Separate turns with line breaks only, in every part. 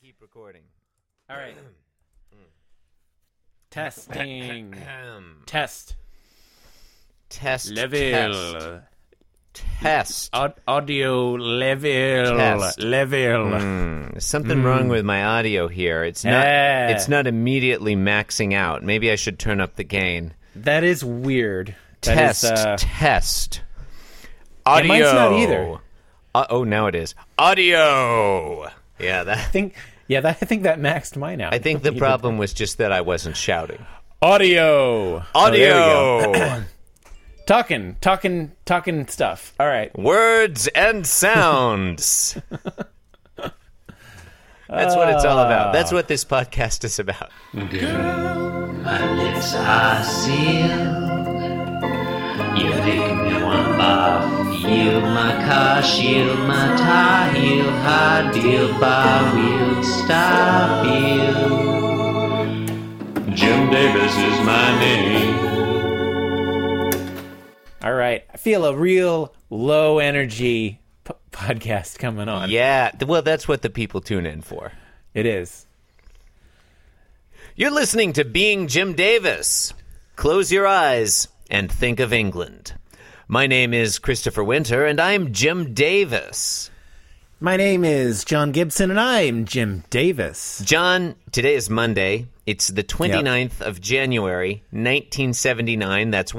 keep recording.
All right. Testing. Test.
test. Test.
Level.
test.
Aud- audio level.
Test. Mm.
Level.
There's something wrong with my audio here. It's not.
Mm. Yeah.
It's not immediately maxing out. Maybe I should turn up the gain.
That is weird. That is,
Test.
uh,
test.
Yeah,
Audio.
mine's not either.
Uh, oh, now it is. Audio. Yeah, that.
think. Yeah, that, I think that maxed mine out.
I think the problem was just that I wasn't shouting.
audio. Oh, there we go.
Audio.
Talking, talking, talking stuff. All right.
Words and sounds. That's what it's all about. That's what this podcast is about.
lips are sealed. You make me one bar. Yield my car, shield my tie, heel, hard deal, bar wheel, stop you. Jim Davis is my name.
All right. I feel a real low energy p- podcast coming on.
Yeah. th- Well, that's what the people tune in for.
It is.
You're listening to Being Jim Davis. Close your eyes and think of England. My name is Christopher Winter, and I'm Jim Davis.
My name is John Gibson, and I'm Jim Davis.
John, today is Monday. It's the 29th of January, 1979. That's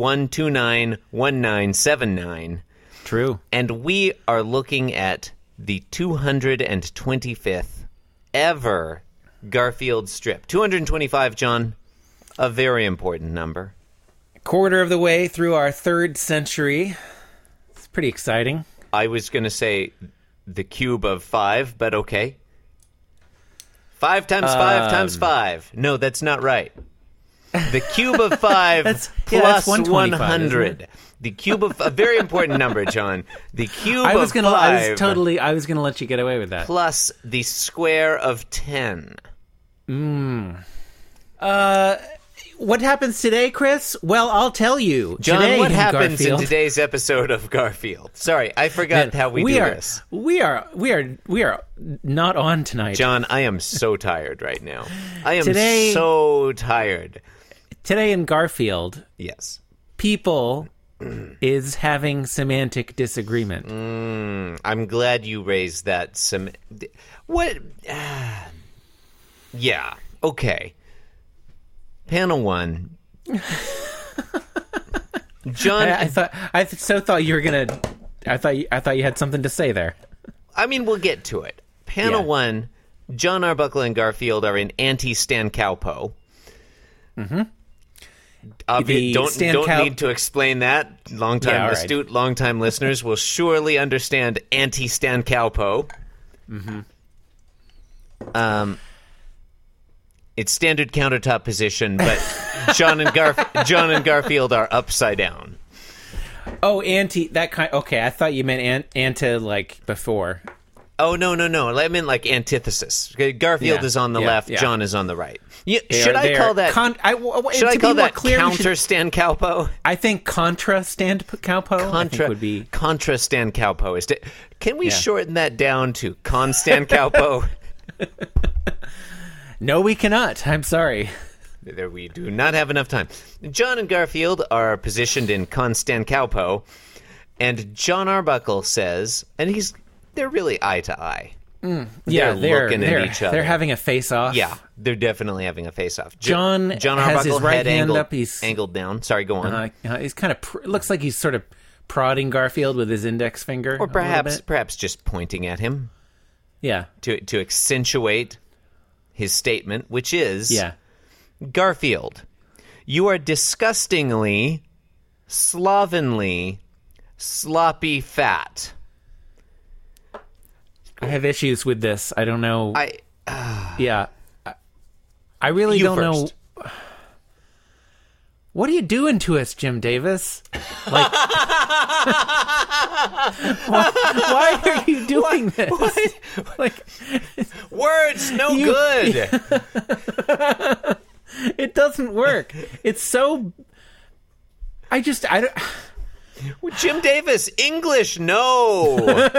1291979.
True.
And we are looking at the 225th ever Garfield strip. 225, John. A very important number.
Quarter of the way through our third century. It's pretty exciting.
I was going to say the cube of five, but okay. Five times five
Um,
times five. No, that's not right. The cube of five
That's- yeah, that's
plus
125,
100. The cube of a very important number, John. The cube
I was
of
gonna.
five
I was totally. I was gonna let you get away with that.
plus the square of 10.
What happens today, Chris? Well, I'll tell you.
John,
today,
what happens
Garfield,
in today's episode of Garfield? Sorry, I forgot how we, do
are.
this.
We are. We are. We are not on tonight.
John, I am so tired right now. I am
Today-
so tired.
Today in Garfield,
Yes.
people is having semantic disagreement.
Mm. I'm glad you raised that some what ah. Yeah. Okay. Panel 1. John,
I, I thought. I th- so thought you were gonna. I thought. You, I thought you had something to say there.
I mean, we'll get to it. Panel
Yeah.
one, John Arbuckle and Garfield are in anti Stan Calpo. Mm-hmm.
The
don't
Stan
don't
Cal-
need to explain that. Long time
Yeah, all right.
astute, long time listeners will surely understand anti Stan Calpo. Mm-hmm. Um, it's standard countertop position, but John and Garf- John and Garfield are upside down.
Oh, anti. That kind. Okay, I thought you meant an, anti like before.
Oh no no no! I meant like antithesis. Okay, Garfield
Yeah,
is on the
yeah,
left.
yeah.
John is on the right. You,
They
should
are-
I
they
call
are
that?
Con- I, w- w-
should I
to
call
be more
that
clear, you should-
counter Stan Calpo?
I think contra stand p- Calpo. I think
Contra
would be
contra Stan Calpo is. it- can we
Yeah.
shorten that down to con Stan Calpo?
no. We cannot. I'm sorry.
there we do not have enough time. John and Garfield are positioned in con Stan Calpo, and John Arbuckle says, and he's they're really eye to eye.
Mm. Yeah,
They're
they're
looking at
they're,
each other.
they're having a face off.
Yeah, they're definitely having a face-off. J-
John has his right
head
hand
angled,
up, he's-
angled down. Sorry, go on.
Uh, uh, he's kind of pr- looks like he's sort of prodding Garfield with his index finger,
or perhaps
bit.
perhaps just pointing at him
yeah,
to to accentuate his statement which is
yeah.
Garfield you are disgustingly slovenly sloppy fat
I have issues with this. I don't know.
I
yeah, I, I really
You
don't
first.
know. What are you doing to us, Jim Davis? Like, why, why are you doing this? Like,
words no
You-
good
it doesn't work. It's so. I just I don't.
Jim Davis English no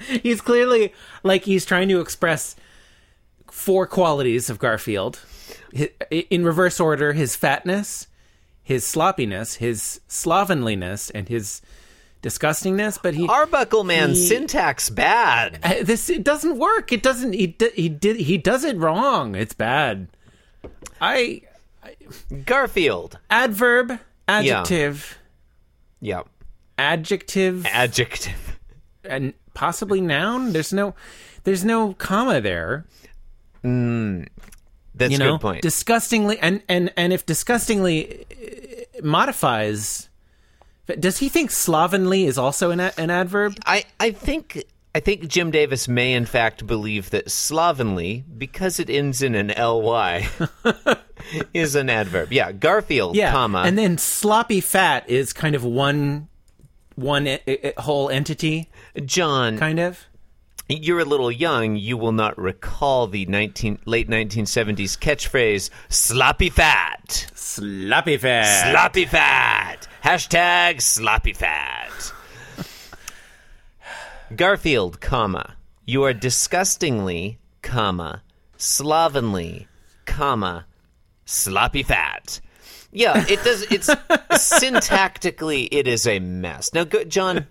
he's clearly like he's trying to express four qualities of Garfield Hi- in reverse order his fatness, his sloppiness, his slovenliness, and his disgustingness. But he.
Arbuckle man, syntax bad.
Uh, this it doesn't work. It doesn't. He d- he did. He does it wrong. It's bad. I
Garfield.
adverb adjective
Yeah.
adjective
Adjective.
and possibly noun. There's no there's no comma there.
That's
You
a
know,
good point.
disgustingly and and and if disgustingly uh, modifies. but Does he think slovenly is also an, a- an adverb?
I, I think I think Jim Davis may in fact believe that slovenly, because it ends in an ly, is an adverb. Yeah, Garfield,
Yeah,
comma.
and then sloppy fat is kind of one one e- e- whole entity,
John,
kind of.
you're a little young. You will not recall the 19, late 1970s catchphrase "sloppy fat."
Sloppy fat.
Sloppy fat. Hashtag sloppy fat. Garfield, comma. You are disgustingly, comma, slovenly, comma, sloppy fat. Yeah, it does. It's syntactically, it is a mess. Now, go, John,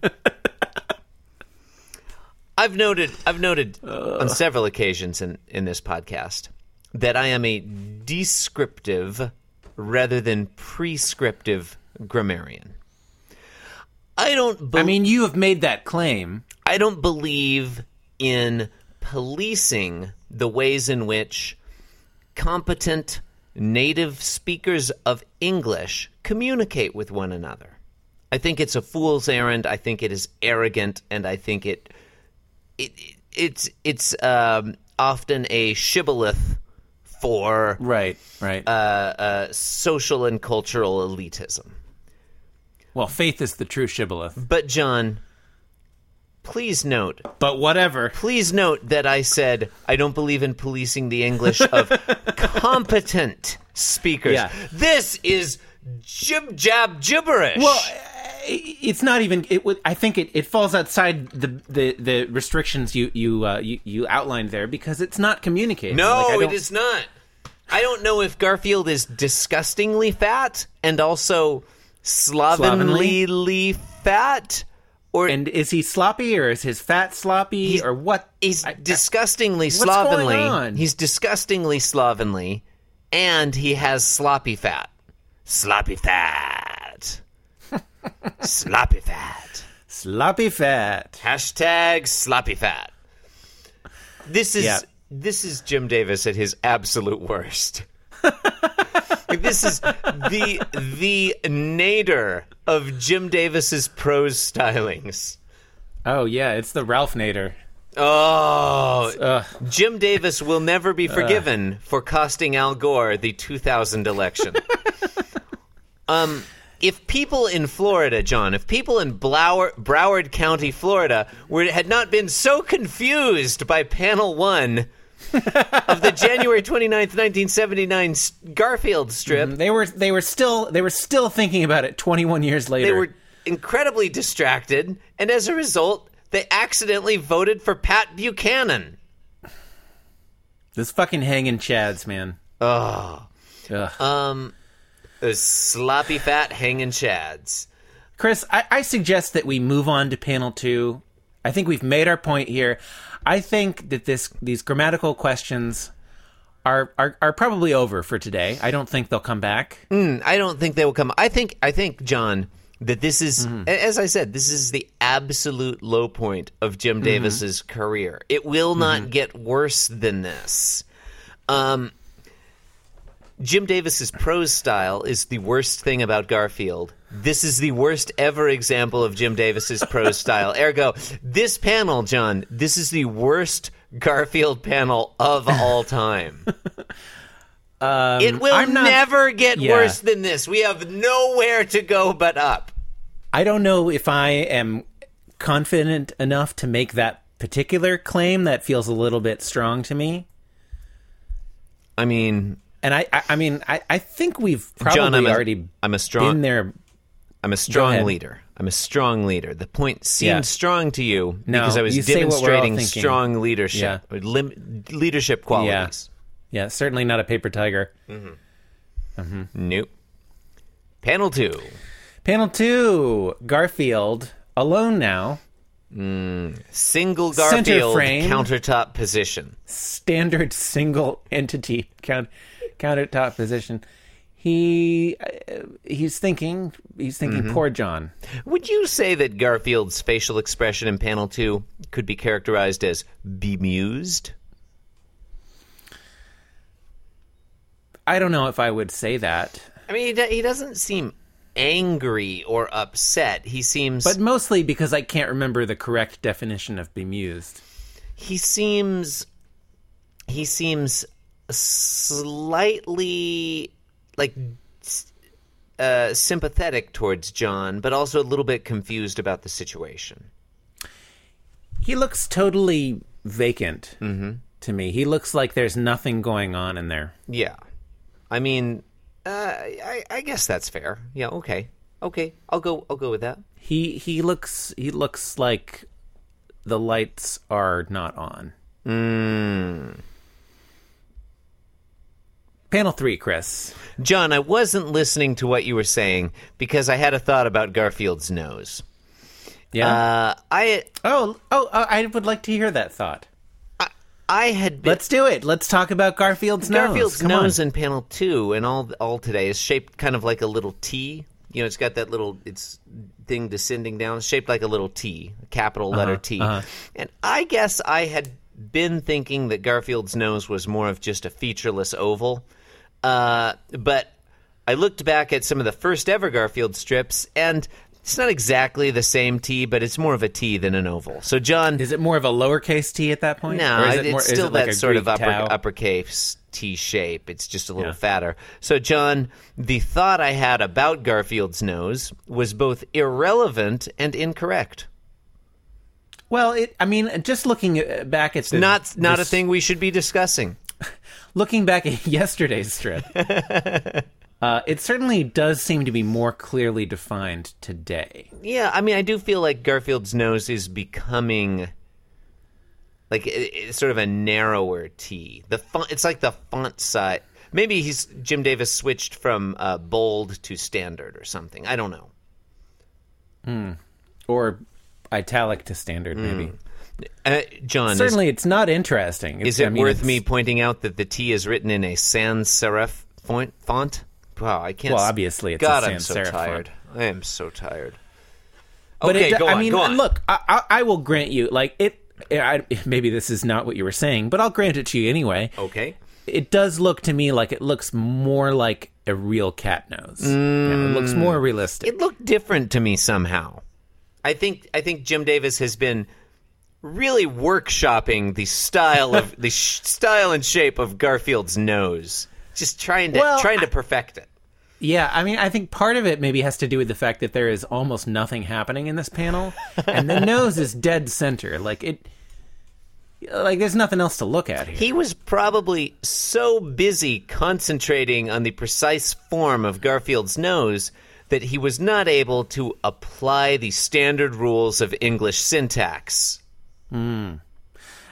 I've noted, I've noted on several occasions in in this podcast that I am a descriptive rather than prescriptive grammarian. I don't. Bel-
I mean, you have made that claim.
I don't believe in policing the ways in which competent native speakers of English communicate with one another. I think it's a fool's errand. I think it is arrogant, and I think it, it, it's it's um, often a shibboleth for
Right, right.
social and cultural elitism.
well, faith is the true shibboleth.
But John, please note
But whatever.
please note that I said I don't believe in policing the English of competent speakers.
Yeah.
This is jib jab gibberish.
Well, i- it's not even. It would. I think it, it falls outside the, the, the restrictions you you, uh, you you outlined there because it's not communicating.
no,
Like, I
it
don't-
is not. I don't know if Garfield is disgustingly fat and also slovenly, fat, or
And is he sloppy or is his fat sloppy or what?
he's
I- I-
disgustingly
going
slovenly.
on?
He's disgustingly slovenly, and he has sloppy fat. Sloppy fat. sloppy fat.
sloppy fat.
Hashtag sloppy fat. This is
Yeah.
this is Jim Davis at his absolute worst. Like, this is the the nadir of Jim Davis's prose stylings.
Oh yeah, it's the Ralph Nader.
Oh, Jim Davis will never be forgiven for costing Al Gore the 2000 election. um, if people in Florida, John, if people in Blower, Broward County, Florida, were had not been so confused by Panel One of the January 29th, 1979 s- Garfield strip,
They were they were still they were still thinking about it 21 years later.
they were incredibly distracted, and as a result, they accidentally voted for Pat Buchanan.
This fucking hanging chads, man. Ugh.
Those sloppy fat hanging chads.
Chris, I, I suggest that we move on to panel two. I think we've made our point here. I think that this these grammatical questions are are, are probably over for today. I don't think they'll come back.
Mm, I don't think they will come. I think I think John that this is
Mm-hmm.
a- as I said this is the absolute low point of Jim
Mm-hmm.
Davis's career. It will not get worse than this. Um Jim Davis's prose style is the worst thing about Garfield. This is the worst ever example of Jim Davis's prose style. Ergo, this panel, John, this is the worst Garfield panel of all time. it will
Um, I'm not-
never get
Yeah.
worse than this. We have nowhere to go but up.
I don't know if I am confident enough to make that particular claim. That feels a little bit strong to me.
I mean,
And I I, I mean I, I think we've probably
John, I'm a,
already
am a
been
strong,
there.
I'm a strong
ahead.
leader. I'm a strong leader. The point seemed
Yeah.
strong to you
No,
because I was
you say what we're all
demonstrating
thinking.
strong leadership, or lim- leadership qualities.
Yeah, certainly not a paper tiger.
Nope. Panel two.
Panel two Garfield, alone now,
Single
Center
Garfield
frame.
countertop position.
standard single entity count, countertop position. He uh, he's thinking he's thinking poor John.
Would you say that Garfield's facial expression in panel two could be characterized as bemused?
I don't know if I would say that,
I mean, he, do- he doesn't seem angry or upset. He seems
but mostly because I can't remember the correct definition of bemused.
he seems he seems slightly like s- uh, sympathetic towards John, but also a little bit confused about the situation.
He looks totally vacant to me. He looks like there's nothing going on in there.
Yeah, I mean, uh, I, I guess that's fair. Yeah, okay, okay, I'll go. I'll go with that.
He he looks he looks like the lights are not on. Hmm. Panel three, Chris.
John, I wasn't listening to what you were saying because I had a thought about Garfield's nose.
Yeah.
Uh, I
oh oh, oh, I would like to hear that thought.
I had been,
Let's do it. Let's talk about Garfield's nose.
Garfield's
Come
nose
on.
in panel two and all all today is shaped kind of like a little T. You know, it's got that little it's thing descending down, It's shaped like a little T, a capital
Uh-huh,
letter T. And I guess I had been thinking that Garfield's nose was more of just a featureless oval, uh, but I looked back at some of the first ever Garfield strips and. It's not exactly the same T, but it's more of a T than an oval. So, John,
Is it more of a lowercase t at that point?
no,
Or is
it-
it more,
it's
is
still
it like
that
a
sort of
Greek
upper,
tau?
uppercase T shape. It's just a little
Yeah.
fatter. So, John, the thought I had about Garfield's nose was both irrelevant and incorrect.
Well, it, I mean, just looking uh, back at the,
Not not
this-
a thing we should be discussing.
looking back at yesterday's strip, uh, it certainly does seem to be more clearly defined today.
Yeah, I mean, I do feel like Garfield's nose is becoming like it- it's sort of a narrower T. The font, it's like the font size. Maybe he's Jim Davis switched from uh, bold to standard or something. I don't know.
or italic to standard maybe
Uh, John, Mm. is-
certainly it's not interesting
Is
It's-
it
I mean,
worth
it's-
me pointing out that the T is written in a sans serif font? font? Wow, I can't.
Well,
s-
obviously it's a
God,
sans
I'm
serif
so
font.
tired. I am so tired.
but
okay,
it,
go
i
on,
mean uh,
go on.
look I, I, I will grant you like it I, maybe this is not what you were saying but i'll grant it to you anyway
Okay.
it does look to me like it looks more like a real cat nose Yeah, it looks
Mm.
more realistic
It looked different to me somehow. I think I think Jim Davis has been really workshopping the style of the sh- style and shape of Garfield's nose, just trying to
Well,
trying to perfect it.
yeah i mean i think part of it maybe has to do with the fact that there is almost nothing happening in this panel and the nose is dead center like it like there's nothing else to look at here
He was probably so busy concentrating on the precise form of Garfield's nose that he was not able to apply the standard rules of English syntax.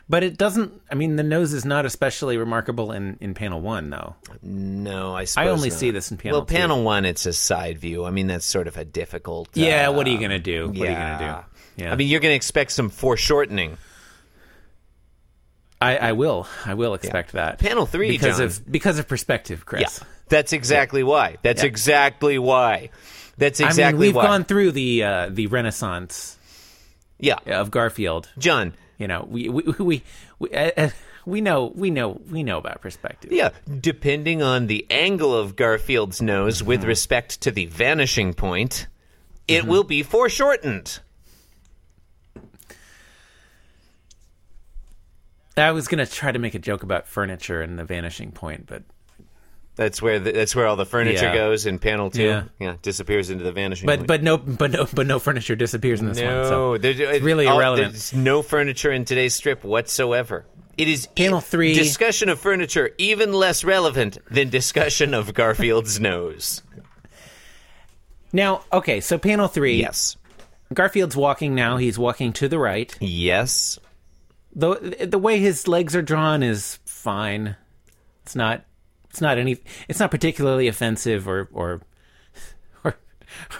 But it doesn't. I mean, the nose is not especially remarkable in in panel one, though.
No, I
I
suppose
only
not.
see this in panel
Well,
two.
panel one, it's a side view. I mean, that's sort of a difficult. uh,
yeah, what are you gonna do? What are you
yeah.
gonna do? Yeah,
I mean, you're going to expect some foreshortening.
I, I will. I will expect that.
Panel three,
because
John.
of because of perspective, Chris.
That's exactly why. That's exactly why. That's exactly
I mean, we've
why.
gone through the uh, the Renaissance
yeah.
of Garfield.
John.
You know, we we we we, uh, uh, we know we know we know about perspective.
Yeah, depending on the angle of Garfield's nose with
Mm-hmm.
respect to the vanishing point, it will be foreshortened.
I was gonna try to make a joke about furniture and the vanishing point, but
That's where the, that's where all the furniture
Yeah.
goes in panel two.
Yeah.
Yeah. disappears into the vanishing.
but
point.
but no but no but no furniture disappears in this one. So.
no, there's it's
really irrelevant.
There's no furniture in today's strip whatsoever. It is e-
Panel three.
discussion of furniture even less relevant than discussion of Garfield's nose.
Now, okay, so panel three.
Yes,
Garfield's walking now. He's walking to the right.
Yes.
the The way his legs are drawn is fine. It's not. It's not any. It's not particularly offensive or or or,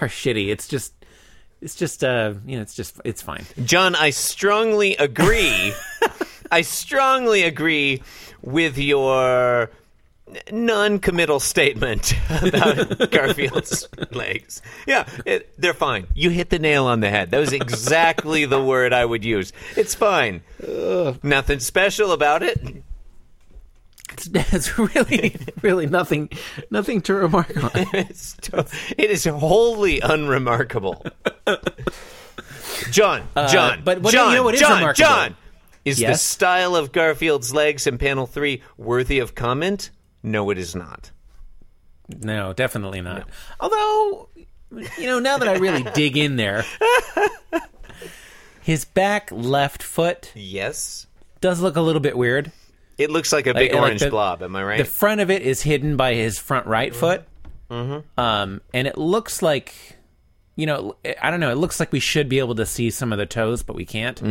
or shitty. It's just. It's just. Uh. You know. It's just. It's fine.
John, I strongly agree. I strongly agree with your non committal statement about Garfield's legs. Yeah, it, they're fine. You hit the nail on the head. That was exactly the word I would use. It's fine. Nothing special about it.
It's, it's really, really nothing. Nothing to remark on.
It's to- it is wholly unremarkable. John, John,
Uh, but what-
John,
you know what is
John,
remarkable?
John, is the
Yes?
style of Garfield's legs in panel three worthy of comment? No, it is not.
No, definitely not. Although, you know, now that I really dig in there, his back left foot
Yes,
does look a little bit weird.
it looks like a big
like
orange
the-
blob. Am I right?
The front of it is hidden by his front right foot. Um, and it looks like, you know, I don't know. It looks like we should be able to see some of the toes, but we can't.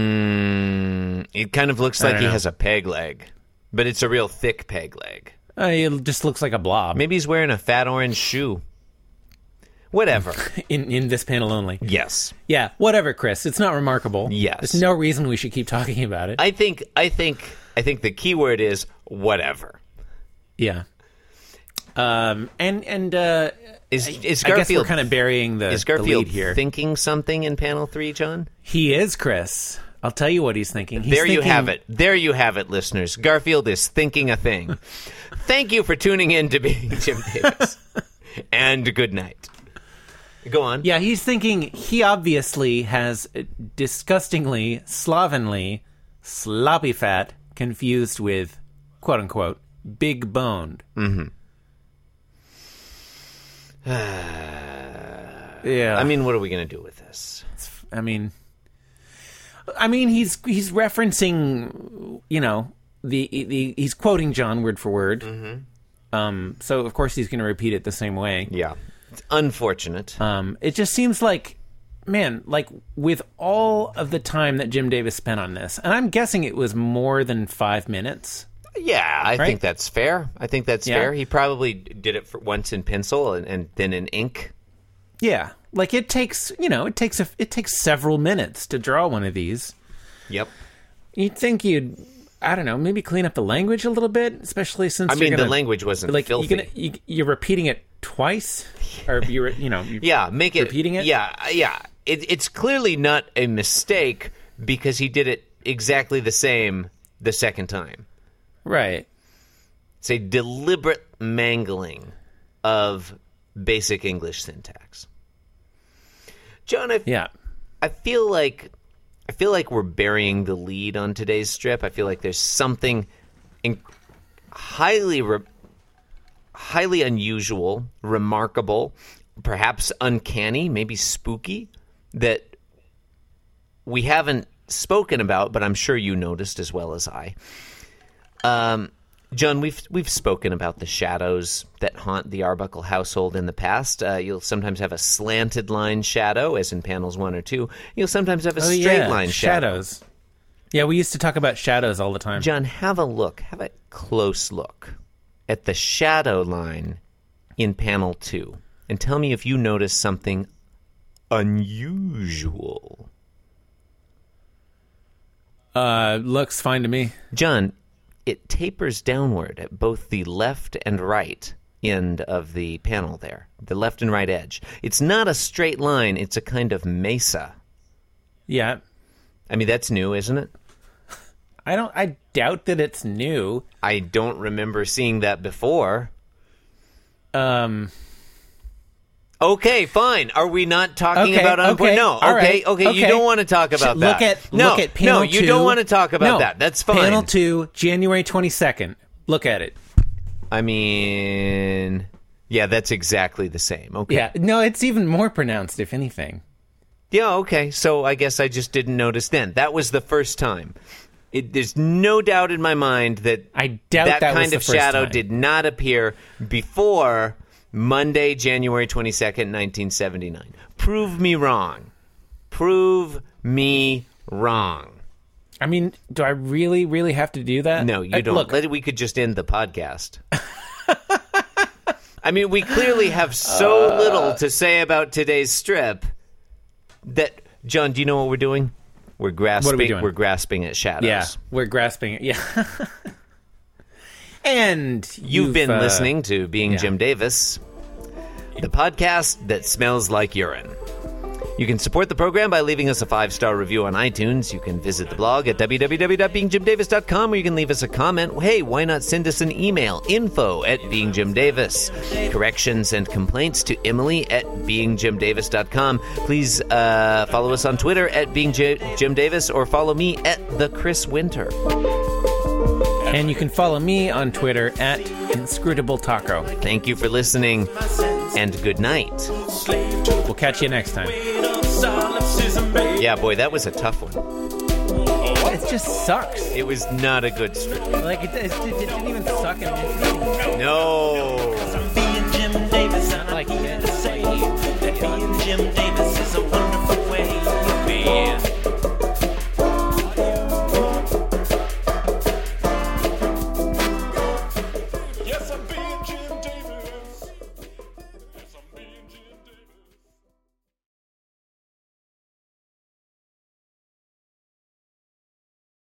it kind of looks like
don't
he
know.
has a peg leg, but it's a real thick peg leg.
Uh, it just looks like a blob
Maybe he's wearing a fat orange shoe. Whatever.
in, in this panel only.
yes.
Yeah, whatever, Chris. It's not remarkable.
Yes.
There's no reason we should keep talking about it.
I think I think I think the key word is whatever.
yeah. Um, and, and, uh,
Is is
I guess we're
Garfield
kind of burying the,
is
the lead
Garfield
here.
thinking something in panel three, John?
he is Chris. I'll tell you what he's thinking. He's
there you
thinking-
have it. There you have it, listeners. Garfield is thinking a thing. Thank you for tuning in to being Jim Davis, and good night. Go on.
Yeah, he's thinking. He obviously has disgustingly, slovenly, sloppy fat confused with quote unquote big boned. Mm-hmm. yeah,
I mean, what are we going to do with this?
I mean, I mean, he's he's referencing, you know, the, the he's quoting John word for word. Um, so of course he's going to repeat it the same way.
Mm-hmm. Yeah, it's unfortunate.
Um, it just seems like, man, like with all of the time that Jim Davis spent on this, and I'm guessing it was more than five minutes.
yeah, I think
right?
that's fair. I think that's
Yeah.
fair. He probably did it for once in pencil and, and then in ink.
Yeah, like it takes, you know, it takes a, it takes several minutes to draw one of these.
Yep.
You'd think you'd, I don't know, maybe clean up the language a little bit, especially since
I
you're
mean, the
gonna-
language wasn't
like
filthy.
you're, gonna, you, you're repeating it twice, or you're you know you
Yeah, make it
repeating it?
Yeah, uh, yeah. It, it's clearly not a mistake because he did it exactly the same the second time.
right
It's a deliberate mangling of basic English syntax. John, I,
yeah
I feel like I feel like we're burying the lead on today's strip. I feel like there's something in, highly re, highly unusual, remarkable, perhaps uncanny, maybe spooky that we haven't spoken about, but I'm sure you noticed as well as I. Um, John, we've we've spoken about the shadows that haunt the Arbuckle household in the past. Uh, you'll sometimes have a slanted line shadow, as in panels one or two. You'll sometimes have a
Oh,
straight
yeah,
line shadow.
shadows. Yeah, we used to talk about shadows all the time.
John, have a look, have a close look at the shadow line in panel two, and tell me if you notice something unusual.
Uh, looks fine to me.
John, it tapers downward at both the left and right end of the panel there, the left and right edge. It's not a straight line, it's a kind of mesa.
Yeah,
I mean, that's new, isn't it?
I don't. I doubt that it's new.
I don't remember seeing that before.
Um,
Okay, fine. Are we not talking
Okay,
about unemployment?
okay,
No.
all
Okay,
right,
okay, You
okay.
don't want to talk about
sh-
that.
Look at
no,
look at panel
no. You
two.
don't want to talk about
No,
that. That's fine.
Panel two, January twenty second. Look at it.
I mean, yeah, that's exactly the same. Okay.
Yeah, no, it's even more pronounced, if anything.
Yeah, okay. So I guess I just didn't notice then. That was the first time. It, there's no doubt in my mind that
I doubt that was
kind
the
of
first
shadow
time.
did not appear before Monday, January 22nd, 1979. Prove me wrong. prove me wrong.
I mean, do I really, really have to do that?
No, you
Uh,
don't.
Look,
Let- we could just end the podcast. I mean, we clearly have so little to say about today's strip that John, do you know what we're doing? We're grasping.
doing?
are grasping at shadows.
yeah, we're grasping it. Yeah. and
You've, been
uh,
listening to Being
yeah.
Jim Davis, the podcast that smells like urine. You can support the program by leaving us a five star review on iTunes. You can visit the blog at www.beingjimdavis.com or you can leave us a comment. Hey, why not send us an email? Info at beingjimdavis. Corrections and complaints to Emily at beingjimdavis.com. Please uh, follow us on Twitter at beingjimdavis or follow me at the Chris Winter.
And you can follow me on Twitter at inscrutable taco.
Thank you for listening and good night.
slave to
We'll catch you next time.
weight of solipsism, baby.
Yeah, boy, that was a tough one.
It just sucks.
It was not a good strip.
Like it, it, it didn't even suck. And
No.
Being Jim Davis, and I'm
Like
here to say that being Jim Davis.